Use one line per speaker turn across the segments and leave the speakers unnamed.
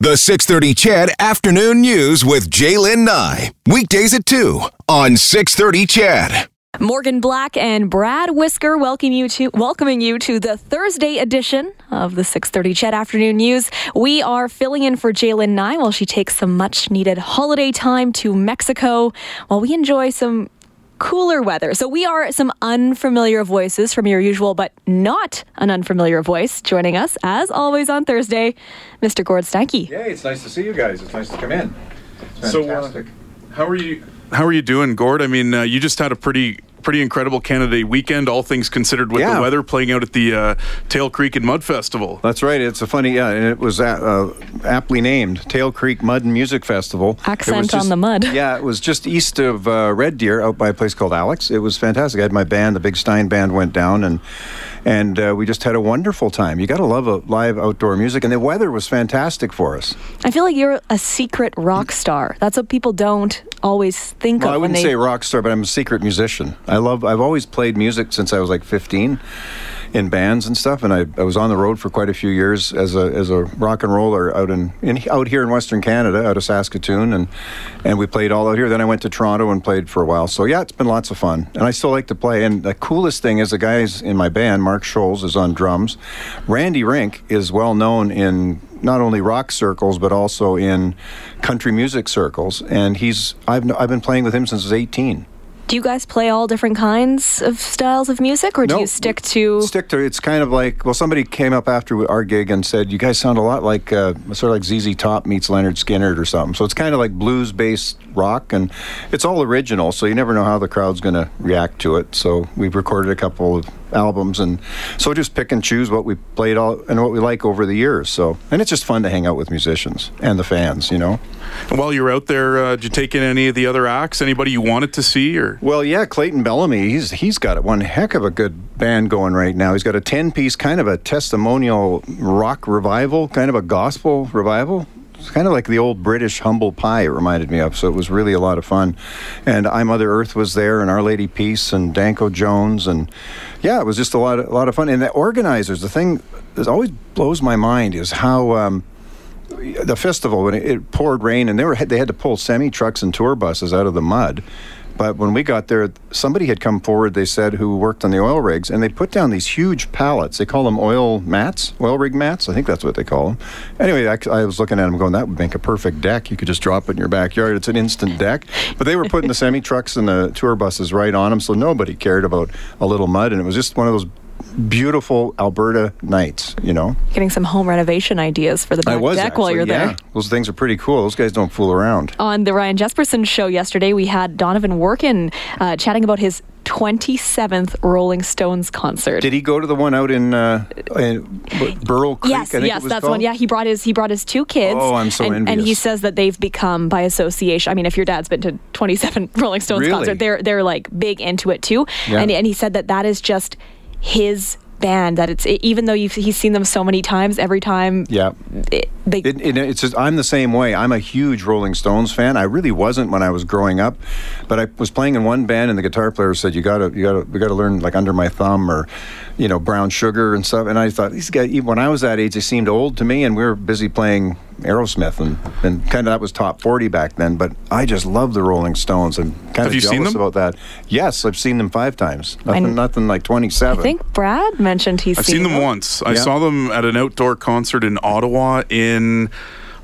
The 630 Chad Afternoon News with Jaylen Nye. Weekdays at 2 on 630 Chad.
Morgan Black and Brad Whisker welcome you to welcoming you to the Thursday edition of the 6:30 Chat Afternoon News. We are filling in for Jalen Nye while she takes some much needed holiday time to Mexico while we enjoy some cooler weather. So we are some unfamiliar voices from your usual but not an unfamiliar voice joining us as always on Thursday, Mr. Gord Stanky.
Hey, it's nice to see you guys. It's nice to come in. It's
So, uh,
fantastic.
How are you? How are you doing, Gord? I mean, uh, you just had a pretty pretty incredible Canada Day weekend, all things considered, with
Yeah.
the weather playing out at the uh, Tail Creek and Mud Festival.
That's right. It's a funny, yeah, and it was a- uh, aptly named Tail Creek Mud and Music Festival. It
Accent
was
on the mud.
Yeah, it was just east of uh, Red Deer, out by a place called Alex. It was fantastic. I had my band, the Big Stein Band, went down, and and uh, we just had a wonderful time. You got to love a live outdoor music, and the weather was fantastic for us.
I feel like you're a secret rock star. That's what people don't always think
Well, I
of when
wouldn't
they
say rock star, but I'm a secret musician. I love. I've always played music since I was like 15, in bands and stuff. And I, I was on the road for quite a few years as a as a rock and roller out in, in out here in Western Canada, out of Saskatoon, and and we played all out here. Then I went to Toronto and played for a while. So yeah, it's been lots of fun, and I still like to play. And the coolest thing is the guys in my band, Mark Scholes is on drums, Randy Rink is well known in not only rock circles but also in country music circles. And he's I've kn- I've been playing with him since I was 18.
Do you guys play all different kinds of styles of music, or do
No,
you stick to?
Stick to it's kind of like well somebody came up after our gig and said you guys sound a lot like uh, sort of like ZZ Top meets Leonard Skinner or something. So it's kind of like blues based rock and it's all original. So you never know how the crowd's going to react to it. So we've recorded a couple of albums and so just pick and choose what we played all and what we like over the years. So and it's just fun to hang out with musicians and the fans, you know.
And while you're out there, uh, did you take in any of the other acts? Anybody you wanted to see? Or
Well, yeah, Clayton Bellamy, he's he's got one heck of a good band going right now. He's got a ten piece, kind of a testimonial rock revival, kind of a gospel revival. It's kind of like the old British humble pie. It reminded me of, so it was really a lot of fun. And I Mother Earth was there, and Our Lady Peace, and Danko Jones, and yeah, it was just a lot, of, a lot of fun. And the organizers, the thing that always blows my mind is how. Um, the festival when it, it poured rain and they were they had to pull semi trucks and tour buses out of the mud. But when we got there, somebody had come forward. They said who worked on the oil rigs, and they put down these huge pallets. They call them oil mats, oil rig mats. I think that's what they call them. Anyway, I, I was looking at them, going, "That would make a perfect deck. You could just drop it in your backyard. It's an instant deck." But they were putting the semi trucks and the tour buses right on them, so nobody cared about a little mud, and it was just one of those beautiful Alberta nights, you know.
Getting some home renovation ideas for the back
I was
deck
actually,
while you're
yeah.
there.
Those things are pretty cool. Those guys don't fool around.
On the Ryan Jesperson show yesterday, we had Donovan Workin uh, chatting about his 27th Rolling Stones concert.
Did he go to the one out in, uh, in B- Burl Creek?
Yes,
I think it
yes,
was
that's the
called?
one. Yeah, he brought his he brought his two kids.
Oh, I'm so
and, And
envious.
he says that they've become by association. I mean, if your dad's been to 27 Rolling Stones
Really?
concert, they're they're like big into it too.
Yeah.
And and he said that that is just his band. That it's e, even though you've he's seen them so many times, every time
Yeah.
it, they
It, it, it's just, I'm the same way. I'm a huge Rolling Stones fan. I really wasn't when I was growing up, but I was playing in one band, and the guitar player said, "You gotta, you gotta, we gotta learn like Under My Thumb or, you know, Brown Sugar and stuff." And I thought these guys, even when I was that age, they seemed old to me, and we were busy playing Aerosmith and, and kind of that was top forty back then. But I just love the Rolling Stones. and kind
Have
of
you
jealous
seen them?
about that. Yes, I've seen them five times. Nothing,
And-
nothing
I
like twenty-seven.
think Brad mentioned he's
I've seen them once. I
Yeah.
saw them at an outdoor concert in Ottawa in.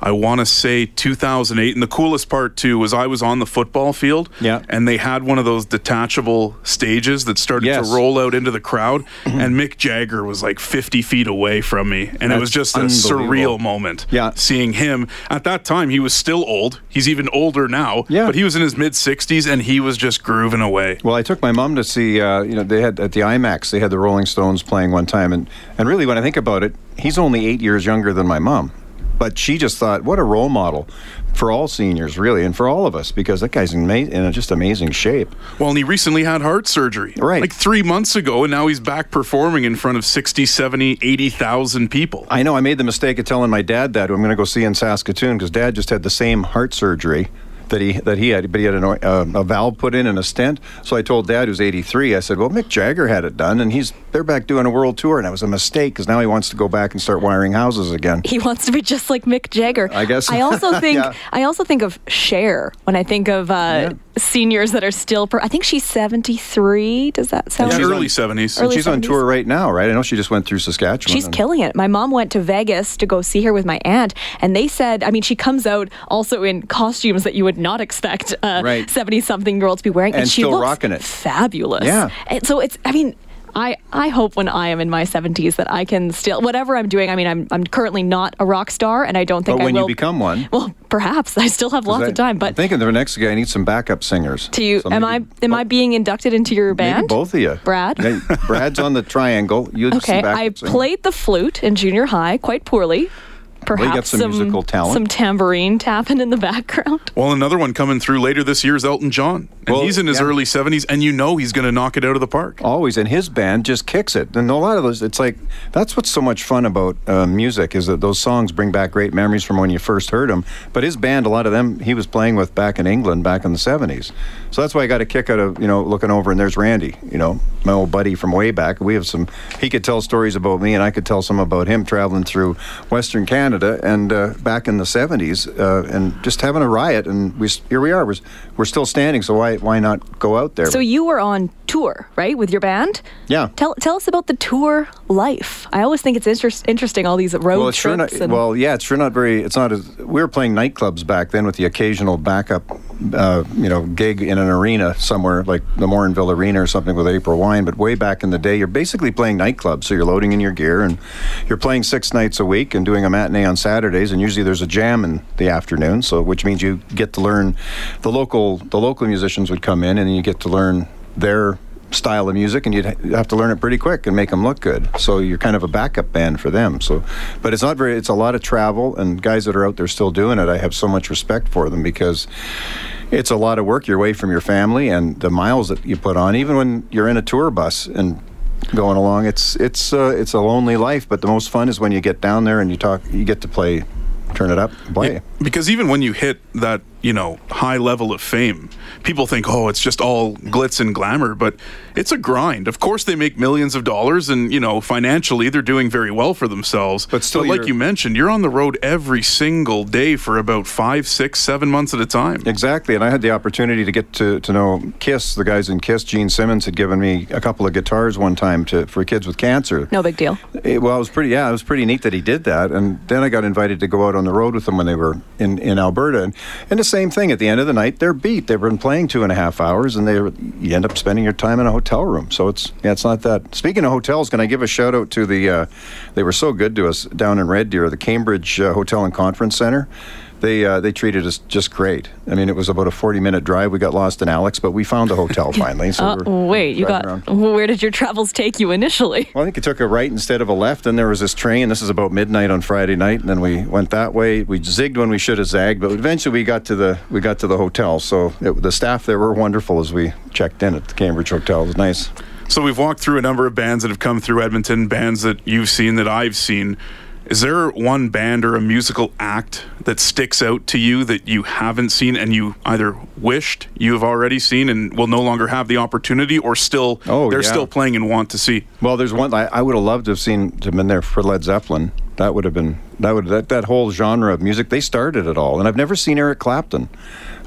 I want to say 2008, and the coolest part too was I was on the football field,
Yeah.
and they had one of those detachable stages that started
Yes.
to roll out into the crowd, and Mick Jagger was like 50 feet away from me, and it was
That's
just a
unbelievable.
surreal moment.
Yeah.
seeing him at that time, he was still old. He's even older now.
Yeah.
but he was in his mid 60s, and he was just grooving away.
Well, I took my mom to see. Uh, you know, they had at the IMAX. They had the Rolling Stones playing one time, and and really, when I think about it, he's only eight years younger than my mom, but she just thought, what a role model for all seniors, really, and for all of us, because that guy's in, ma- in just amazing shape.
Well, and he recently had heart surgery.
Right.
Like three months ago, and now he's back performing in front of 60, 70, 80,000 people.
I know I made the mistake of telling my dad that who I'm going to go see in Saskatoon because dad just had the same heart surgery. that he that he had, but he had an, o- uh, a valve put in and a stent. So I told Dad, who's 83, I said, "Well, Mick Jagger had it done, and he's they're back doing a world tour, and that was a mistake because now he wants to go back and start wiring houses again."
He wants to be just like Mick Jagger.
I guess.
I also think
Yeah.
I also think of Cher when I think of uh, seniors that are still. Per- I think she's seventy three. Does that sound?
Yeah,
she's
early
on-
70s.
Early
She's on
70s.
tour right now, right? I know she just went through Saskatchewan.
She's
and-
killing it. My mom went to Vegas to go see her with my aunt, and they said, I mean, she comes out also in costumes that you would not expect
Right.
seventy something year olds to be wearing,
And
she
still
looks
rocking it.
fabulous.
Yeah.
And so it's, I mean. I, I hope when I am in my 70s that I can still whatever I'm doing. I mean, I'm I'm currently not a rock star, and I don't think
But
I
when
will
you become one,
Well, perhaps I still have lots
I-
of time,
I'm
but
thinking the next guy needs some backup singers.
to you,
So
am I
maybe- oh.
am I being inducted into your
Maybe
band?
both of you.
Brad?
Yeah, Brad's on the triangle. You
Okay, I played the flute in junior high quite poorly. Perhaps
got some musical talent.
some tambourine tapping in the background.
Well, another one coming through later this year is Elton John. And
Well,
he's in his
yeah.
early 70s, and you know he's going to knock it out of the park.
Always, and his band just kicks it. And a lot of those, it's like that's what's so much fun about uh, music is that those songs bring back great memories from when you first heard them. But his band, a lot of them, he was playing with back in England back in the '70s. So that's why I got a kick out of you know looking over and there's Randy, you know, my old buddy from way back. We have some. He could tell stories about me, and I could tell some about him traveling through Western Canada and uh, back in the '70s, uh, and just having a riot. And we s- here we are. We're, s- we're still standing. So why why not go out there?
So you were on tour, right, with your band?
Yeah.
Tell tell us about the tour life. I always think it's interest, interesting all these road
well, it's
trips.
sure not,
and,
well, yeah, it's sure not very. It's not as we were playing nightclubs back then with the occasional backup, uh, you know, gig in an arena somewhere like the Morinville Arena or something with April Wine. But way back in the day, you're basically playing nightclubs, so you're loading in your gear and you're playing six nights a week and doing a matinee on Saturdays, and usually there's a jam in the afternoon, so which means you get to learn the local the local musicians would come in and you get to learn their style of music and you'd ha- have to learn it pretty quick and make them look good so you're kind of a backup band for them so but it's not very it's a lot of travel and guys that are out there still doing it i have so much respect for them because it's a lot of work you're away from your family and the miles that you put on even when you're in a tour bus and going along it's it's uh, it's a lonely life but the most fun is when you get down there and you talk you get to play turn it up and play
Because even when you hit that, you know, high level of fame, people think, oh, it's just all glitz and glamour, but it's a grind. Of course, they make millions of dollars, and, you know, financially, they're doing very well for themselves.
But still
like
you're-
you mentioned, you're on the road every single day for about five, six, seven months at a time.
Exactly, and I had the opportunity to get to, to know Kiss. The guys in Kiss, Gene Simmons had given me a couple of guitars one time to for kids with cancer.
no big deal.
It- well, it was pretty. Yeah, it was pretty neat that he did that. And then I got invited to go out on the road with them when they were in, in Alberta, and, and the same thing. At the end of the night, they're beat. They've been playing two and a half hours, and they were- you end up spending your time in a hotel room. So it's yeah, it's not that. Speaking of hotels, can I give a shout out to the? Uh, they were so good to us down in Red Deer, the Cambridge uh, Hotel and Conference Center. They, uh, they treated us just great. I mean, it was about a 40 minute drive. We got lost in Alex, but we found a hotel finally. So
Uh,
we're
wait, you
driving
got
around.
where did your travels take you initially?
Well, I think it took a right instead of a left. Then there was this train. This is about midnight on Friday night, and then we went that way. We zigged when we should have zagged, but eventually we got to the we got to the hotel. So it, the staff there were wonderful as we checked in at the Cambridge Hotel. It was nice.
So we've walked through a number of bands that have come through Edmonton, bands that you've seen that I've seen. Is there one band or a musical act that sticks out to you that you haven't seen and you either wished you have already seen and will no longer have the opportunity or still
Oh,
they're
yeah.
still playing and want to see?
Well, there's one I, I would have loved to have seen to have been there for Led Zeppelin. That would have been that would that, that whole genre of music. They started it all, and I've never seen Eric Clapton.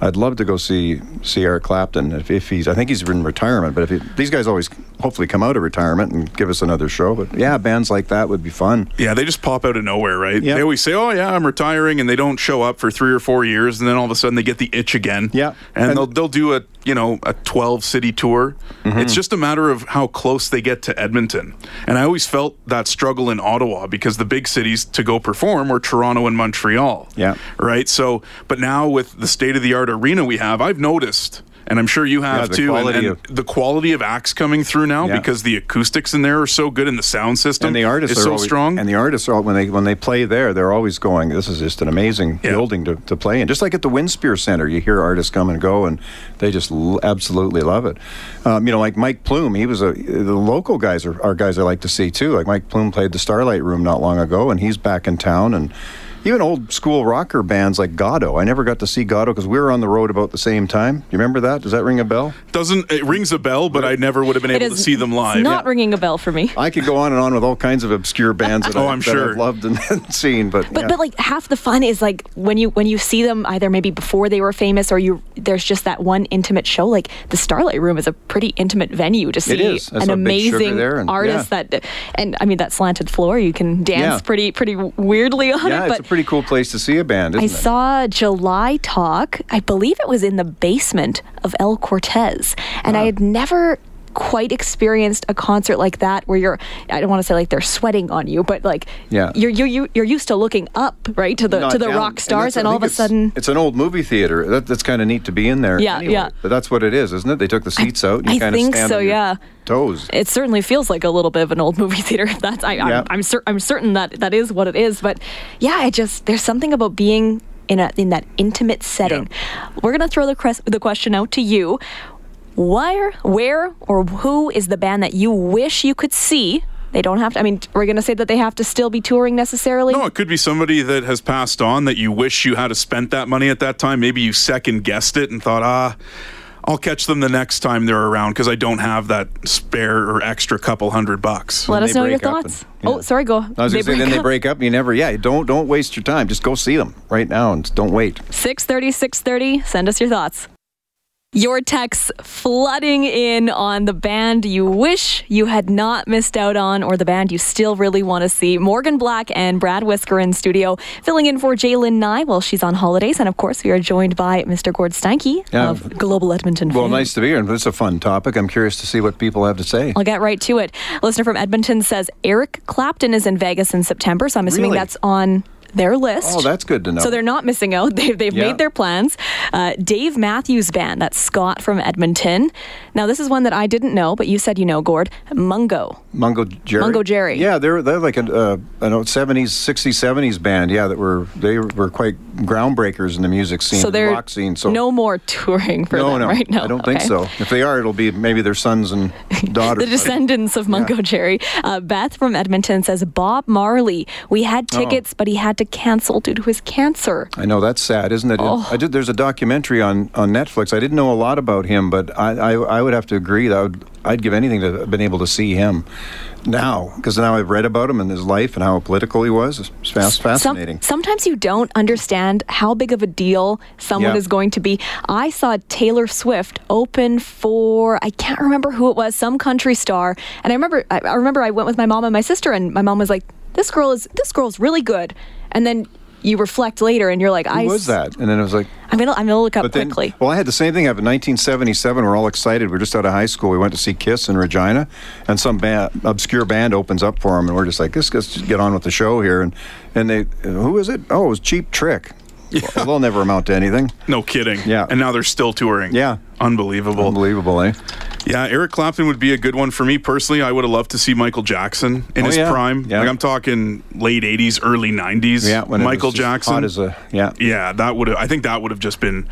I'd love to go see see Eric Clapton if, if he's. I think he's in retirement, but if he, these guys always hopefully come out of retirement and give us another show. But yeah, bands like that would be fun.
Yeah, they just pop out of nowhere, right?
Yeah.
They always say, "Oh yeah, I'm retiring," and they don't show up for three or four years, and then all of a sudden they get the itch again.
Yeah.
and,
And-
they'll they'll do a you know a 12 city tour.
Mm-hmm.
It's just a matter of how close they get to Edmonton. And I always felt that struggle in Ottawa because the big cities to go perform were Toronto and Montreal.
Yeah.
right. So, but now with the state of the art arena we have, I've noticed. And I'm sure you have
the
too. and-
quality
and,
of-
the quality of acts coming through now
Yeah.
because the acoustics in there are so good and the sound system
And the artists
is
are
so
always,
strong.
And the artists are when they when they play there, they're always going. This is just an amazing
Yeah.
building to, to play in. Just like at the Windspear Center, you hear artists come and go, and they just l- absolutely love it. Um, you know, like Mike Plume, he was a the local guys are, are guys I like to see too. Like Mike Plume played the Starlight Room not long ago, and he's back in town and. Even old school rocker bands like Gatto. I never got to see Gatto because we were on the road about the same time. Do you remember that? Does that ring a bell?
Doesn't it rings a bell, but I never would have been
It
able to
is
see them live.
not ringing a bell for me.
I could go on and on with all kinds of obscure bands that,
Oh,
I,
I'm
that I've
sure.
loved and seen, but,
But
yeah.
but like half the fun is like when you when you see them either maybe before they were famous or you there's just that one intimate show like the Starlight Room is a pretty intimate venue to see
is. I
an
saw Big Sugar
amazing
there and-
artist
yeah.
that and I mean that slanted floor you can dance
Yeah.
pretty pretty weirdly on
yeah,
it
it's
but
a pretty cool place to see a band, isn't
I
it?
saw July Talk. I believe it was in the basement of El Cortez, and
Ah.
I had never quite experienced a concert like that where you're I don't want to say like they're sweating on you but like
Yeah.
you're you you you're used to looking up right to the
not
to the
down.
rock stars
that's- I
and, all of
think
a
it's-
sudden
it's an old movie theater. That, that's kind of neat to be in there.
Yeah,
anyway.
yeah.
But that's what it is, isn't it? They took the seats out. And you
I
kinda
think
stand
so,
on your
yeah.
Toes.
it certainly feels like a little bit of an old movie theater that's I,
Yeah.
I'm I'm, cer- I'm certain that that is what it is but yeah I just there's something about being in a in that intimate setting we're gonna throw the cres- the question out to you where, where, or who is the band that you wish you could see? They don't have to. I mean, we're going to say that they have to still be touring necessarily.
No, it could be somebody that has passed on that you wish you had to spent that money at that time. Maybe you second guessed it and thought, ah, I'll catch them the next time they're around because I don't have that spare or extra couple hundred bucks.
Let
Then
us
they
know your
break up
thoughts.
and- yeah.
Oh, sorry, go.
I was
They
going to
break
say, then they
up.
break up. and You never, yeah. Don't don't waste your time. Just go see them right now and don't wait.
630, 630. Send us your thoughts. Your texts flooding in on the band you wish you had not missed out on or the band you still really want to see. Morgan Black and Brad Whisker in studio, filling in for Jalen Nye while she's on holidays. And of course, we are joined by Mr. Gord Steinke
Yeah.
of Global Edmonton.
Well,
fame.
nice to be here. And it's a fun topic. I'm curious to see what people have to say.
I'll get right to it. A listener from Edmonton says Eric Clapton is in Vegas in September, so I'm assuming
Really?
that's on their list.
Oh, that's good to know.
So they're not missing out. They've, they've
Yeah.
made their plans. Uh, Dave Matthews Band, that's Scott from Edmonton. Now, this is one that I didn't know, but you said you know, Gord. Mungo.
Mungo Jerry.
Mungo Jerry.
Yeah, they're they're like an uh, an old seventies, sixties, seventies band. Yeah, that were they were quite groundbreakers in the music scene,
So
the
they're
rock scene. So
no more touring for
no,
them
no,
right now.
I don't think
okay?
so. If they are, it'll be maybe their sons and daughters.
The descendants of Mungo Jerry. Uh, Beth from Edmonton says Bob Marley. We had
Oh.
tickets, but he had to cancel due to his cancer.
I know that's sad, isn't it?
Oh.
I did. There's a documentary on, on Netflix. I didn't know a lot about him, but I, I, I would have to agree that I would, I'd give anything to have been able to see him now because now I've read about him and his life and how political he was. It's fas-
Some-
fascinating.
sometimes you don't understand how big of a deal someone
Yeah.
is going to be. I saw Taylor Swift open for I can't remember who it was, some country star, and I remember I, I remember I went with my mom and my sister, and my mom was like, "This girl is this girl's really good," and then you reflect later, and you're like, "I
Who was that? And then it was like,
am gonna I'm gonna look up
But then,
quickly.
well, I had the same thing happen. 1977, we're all excited. We're just out of high school. We went to see Kiss in Regina, and some ba- obscure band opens up for them, and we're just like, "This, let's just get on with the show here." And and they, who is it? Oh, it was Cheap Trick. Well, they'll never amount to anything.
No kidding.
Yeah.
And now they're still touring.
Yeah.
Unbelievable.
Unbelievable, eh?
Yeah, Eric Clapton would be a good one for me personally. I would have loved to see Michael Jackson in
Oh,
his
yeah.
prime.
Yeah.
Like I'm talking late 80s, early 90s.
Yeah, when it
Michael
was just
Jackson.
hot as a yeah.
yeah, that would I think that would have just been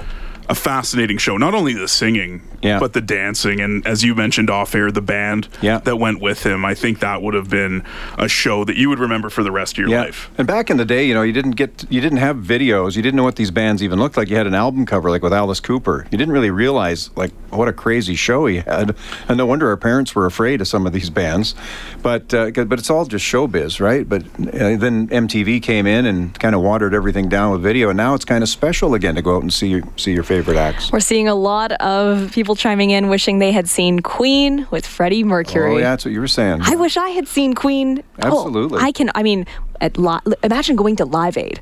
a fascinating show. Not only the singing,
Yeah.
but the dancing, and as you mentioned off air, the band
Yeah.
that went with him. I think that would have been a show that you would remember for the rest of your
Yeah.
life.
And back in the day, you know, you didn't get you didn't have videos. You didn't know what these bands even looked like. You had an album cover like with Alice Cooper. You didn't really realize like what a crazy show he had. And no wonder our parents were afraid of some of these bands. But uh, 'cause- but it's all just showbiz, right? But uh, then MTV came in and kind of watered everything down with video. And now it's kind of special again to go out and see your, see your favorite acts.
We're seeing a lot of people chiming in wishing they had seen Queen with Freddie Mercury.
Oh, yeah, that's what you were saying.
I wish I had seen Queen. Oh,
Absolutely.
I can. I mean, at li- imagine going to Live Aid.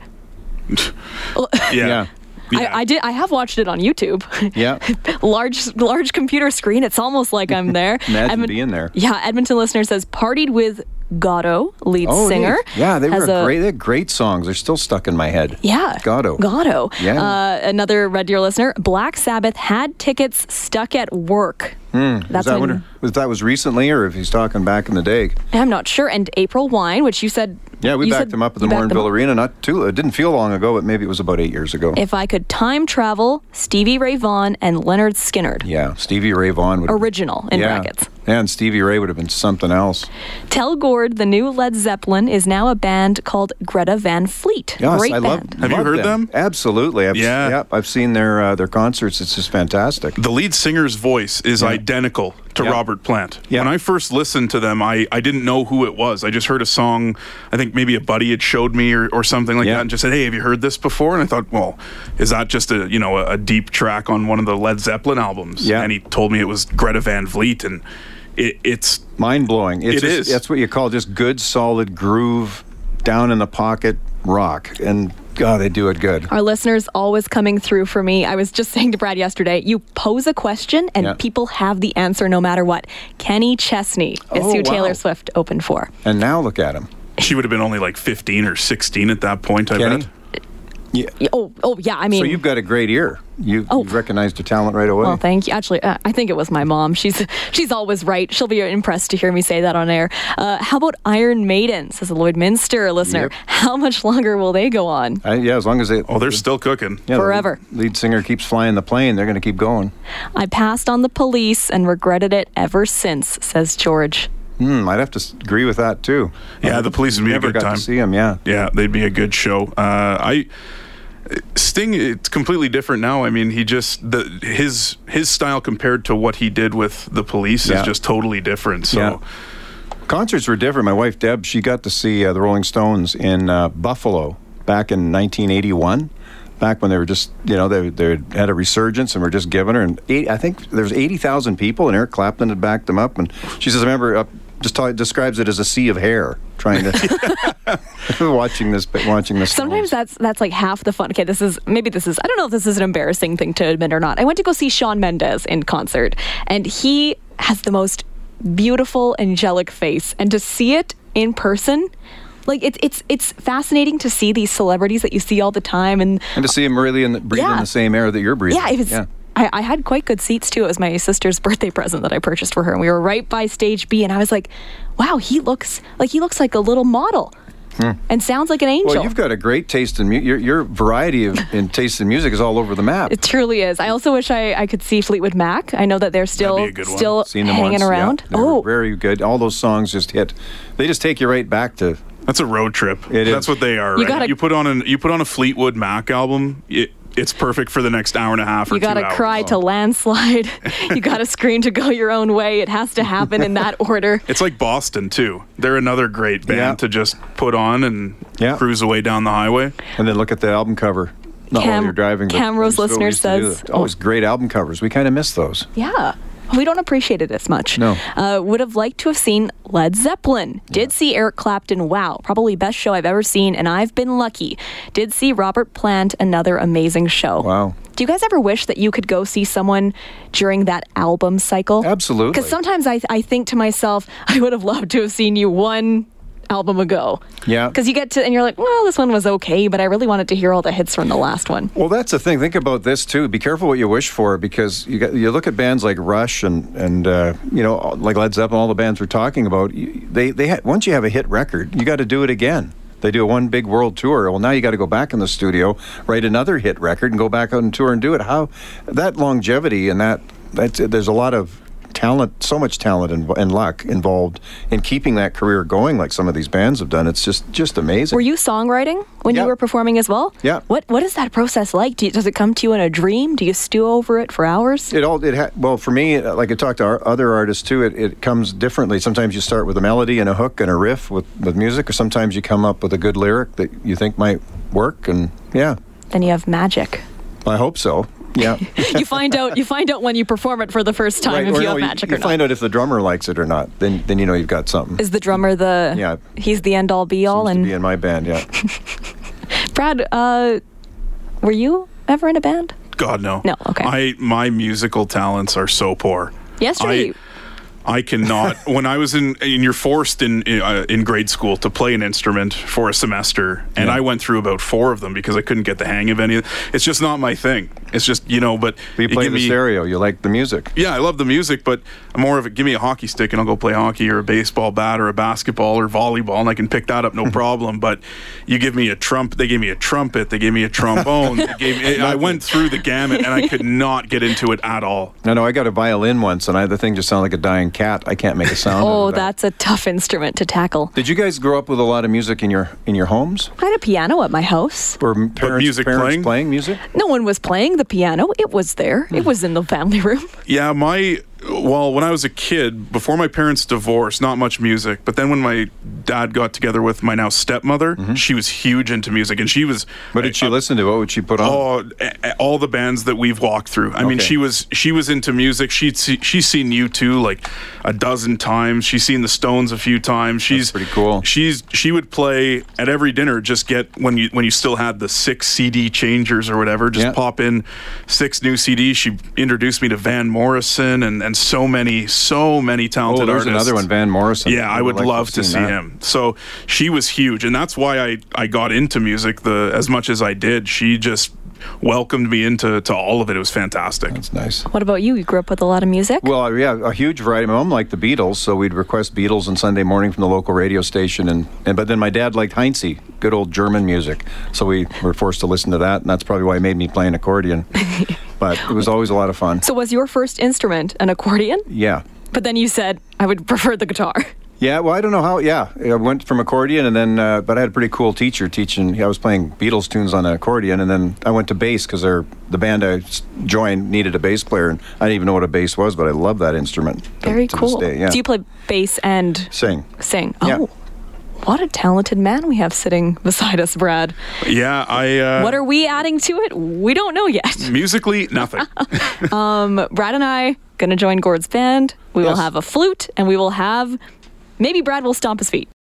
Yeah.
Yeah.
Yeah.
I, I did. I have watched it on YouTube.
Yeah.
large, large computer screen. It's almost like I'm there.
Imagine being there.
Yeah. Edmonton listener says partied with Gatto, lead
Oh,
singer.
Dave. Yeah, they were
Has a-
great. They had great songs. They're still stuck in my head. oh.
Yeah.
Gatto.
Gatto.
Yeah.
Uh, another Red Deer listener. Black Sabbath had tickets stuck at work.
Was
That's
Hmm, that,
when-
when, was that was recently, or if he's talking back in the day?
I'm not sure. And April Wine, which you said.
Yeah, we
you
backed
said
him up at the
you backed them
Morinville
up.
Arena. Not too. It didn't feel long ago, but maybe it was about eight years ago.
If I could time travel, Stevie Ray Vaughan and Leonard Skinner.
yeah, Stevie Ray Vaughan. Would,
Original in
Yeah.
brackets.
and Stevie Ray would have been something else.
Tel Gord, the new Led Zeppelin, is now a band called Greta Van Fleet.
Yes,
Great
I love.
band.
Have you
love
heard them?
Absolutely. I've,
Yeah.
Yep, I've seen their uh, their concerts. It's just fantastic.
The lead singer's voice is identical to
Yeah.
Robert Plant.
Yeah.
When I first listened to them, I, I didn't know who it was. I just heard a song, I think maybe a buddy had showed me or, or something like
Yeah.
that and just said, Hey, have you heard this before? And I thought, Well, is that just a you know, a, a deep track on one of the Led Zeppelin albums?
Yeah.
And he told me it was Greta Van Vliet and it, it's
Mind blowing. It's
It
just-
is.
That's what you call just good, solid groove, down in the pocket rock, and God, they do it good.
Our listeners always coming through for me. I was just saying to Brad yesterday, you pose a question and
Yeah.
people have the answer no matter what. Kenny Chesney is
Oh,
who Taylor
wow.
Swift opened for.
And now look at them.
she would have been only like fifteen or sixteen at that point, I
Kenny?
bet.
Y- Oh, oh yeah. I mean,
So you've got a great ear. You,
Oh.
you recognized her talent right away.
Well, thank you. Actually, uh, I think it was my mom. She's she's always right. She'll be impressed to hear me say that on air. Uh, how about Iron Maiden? Says a Lloydminster listener.
Yep.
How much longer will they go on?
I- yeah, as long as they
Oh, they're still cooking.
yeah, the
Forever.
lead singer keeps flying the plane, they're going to keep going.
I passed on the police and regretted it ever since. Says George.
Hmm, I'd have to s- agree with that too. Uh,
Yeah, the police would be a
Never
good
got
time.
to see him. Yeah.
Yeah, they'd be a good show. Uh, I Sting, it's completely different now. I mean, he just the his his style compared to what he did with the police
Yeah.
is just totally different. So
Yeah. Concerts were different. My wife Deb, she got to see uh, the Rolling Stones in uh, Buffalo back in 1981. Back when they were just, you know, they, they had a resurgence and were just giving her, and eight, I think there was 80,000 people, and Eric Clapton had backed them up. And she says, I remember, uh, just ta- describes it as a sea of hair, trying to, watching this, but watching this.
Sometimes that's that's like half the fun. Okay, this is maybe this is I don't know if this is an embarrassing thing to admit or not. I went to go see Sean Mendes in concert, and he has the most beautiful angelic face, and to see it in person. Like it's it's it's fascinating to see these celebrities that you see all the time, and
And to see him really in the, breathing
Yeah.
the same air that you're breathing.
yeah, it was. I, I had quite good seats too. It was my sister's birthday present that I purchased for her, and we were right by stage B, and I was like, "Wow, he looks like he looks like a little model, and sounds like an angel."
Hmm. Well, you've got a great taste in music. Your, your variety of in taste in music is all over the map.
It truly is. I also wish I, I could see Fleetwood Mac. I know that they're
be
still
a good one.
still
Seen them
hanging
once, yeah.
around.
They were
oh,
very good. All those songs just hit. They just take you right back to.
that's a road trip.
It is.
that's what they are.
You
right?
gotta-
you put on an you put on a Fleetwood Mac album. It, it's perfect for the next hour and a half or
you gotta
two hours.
cry
Oh.
to landslide. you gotta scream to go your own way. It has to happen in that order.
It's like Boston too. They're another great band
Yeah.
to just put on and
Yeah.
cruise away down the highway.
And then look at the album cover. Not
Cam-
while you're driving. but
Camrose
that's what
listener
we used to do.
says-
Always great album covers. We kind of miss those.
Yeah. We don't appreciate it as much.
No.
Uh, would have liked to have seen Led Zeppelin. Did see Eric Clapton. Wow. Probably best show I've ever seen, and I've been lucky. Did see Robert Plant. Another amazing show.
Wow.
Do you guys ever wish that you could go see someone during that album cycle?
Absolutely.
Because sometimes I, I think to myself, I would have loved to have seen you one album ago.
Yeah.
Because you get to, and you're like, well, this one was okay, but I really wanted to hear all the hits from the last one.
Well, that's the thing. Think about this too. Be careful what you wish for because you got, you look at bands like Rush and and uh, you know like Led Zeppelin, all the bands we're talking about. You, they they ha- once you have a hit record, you got to do it again. They do a one big world tour. Well, now you got to go back in the studio, write another hit record, and go back out and tour and do it. How that longevity and that that's there's a lot of talent, so much talent and, and luck involved in keeping that career going, like some of these bands have done. It's just just amazing.
Were you songwriting when
Yeah.
you were performing as well?
Yeah.
What What is that process like? Do you, does it come to you in a dream? Do you stew over it for hours?
it all it ha- well for me uh, like i talked to our other artists too it, it comes differently sometimes you start with a melody and a hook and a riff with, with music or sometimes you come up with a good lyric that you think might work and yeah
Then you have magic.
i hope so yeah
you find out. You find out when you perform it for the first time if
or
you
no,
have magic
you,
or not.
find out if the drummer likes it or not then then you know you've got something
is the drummer the?
Yeah.
He's the end all be all.
Used to
And
be in my band yeah
Brad, uh, were you ever in a band?
God no.
No, okay.
I my musical talents are so poor.
Yesterday-
I, I cannot. when I was in, in you're forced in in, uh, in grade school to play an instrument for a semester, and I went through about four of them because I couldn't get the hang of any. of It's just not my thing. It's just you know. But
you
it
play
give
the
me-
stereo you like the music
yeah, I love the music, but I'm more of a give me a hockey stick and I'll go play hockey or a baseball bat or a basketball or volleyball and I can pick that up no problem. But you give me a trump, they gave me a trumpet, they gave me a trombone. they gave me, I went through the gamut and I could not get into it at all.
no no i got a violin once and i the thing just sounded like a dying flying cat. I can't make a sound. out
Oh,
of that.
that's a tough instrument to tackle.
Did you guys grow up with a lot of music in your in your homes?
I had a piano at my house.
Were m- parents,
music
parents
playing?
music?
No one was playing the piano. It was
Hmm.
there. It was in the family room.
Yeah, my well, when I was a kid, before my parents divorced, not much music. But then when my dad got together with my now stepmother, she was huge into music, and she was.
What did she listen to? What would she put on?
Oh, a- a- all the bands that we've walked through. I mean,
Okay.
she was she was into music. She she's seen you two like a dozen times. She's seen the Stones a few times. She's
pretty cool.
She's she would play at every dinner. Just get when you when you still had the six CD changers or whatever. Just
Yeah.
pop in six new CDs. She introduced me to Van Morrison and and so many so many
Oh,
talented
there's
artists.
another one, Van Morrison.
Yeah, I would
like
love
have
to
seen
see
that.
him. So she was huge, and that's why I, I got into music the as much as I did. She just welcomed me into to all of it. It was fantastic.
It's nice.
What about you? You grew up with a lot of music?
Well, yeah, a huge variety. My mom liked the Beatles, so we'd request Beatles on Sunday morning from the local radio station, and, and but then my dad liked Heinze, good old German music, so we were forced to listen to that, and that's probably why he made me play an accordion. but it was always a lot of fun.
so was your first instrument an accordion?
Yeah,
But then you said I would prefer the guitar.
yeah. Well, I don't know how. Yeah, I went from accordion, and then uh, but I had a pretty cool teacher teaching. I was playing Beatles tunes on an accordion, and then I went to bass because the band I s- joined needed a bass player, and I didn't even know what a bass was, but I love that instrument. to-
Very
to this
cool.
day, yeah.
Do you play bass and
Sing.
sing?
Yeah.
Oh, what a talented man we have sitting beside us, Brad.
Yeah, I uh,
What are we adding to it? We don't know yet.
musically nothing.
But Brad and I going to join Gord's band. We will
Yes.
have a flute and we will have maybe Brad will stomp his feet.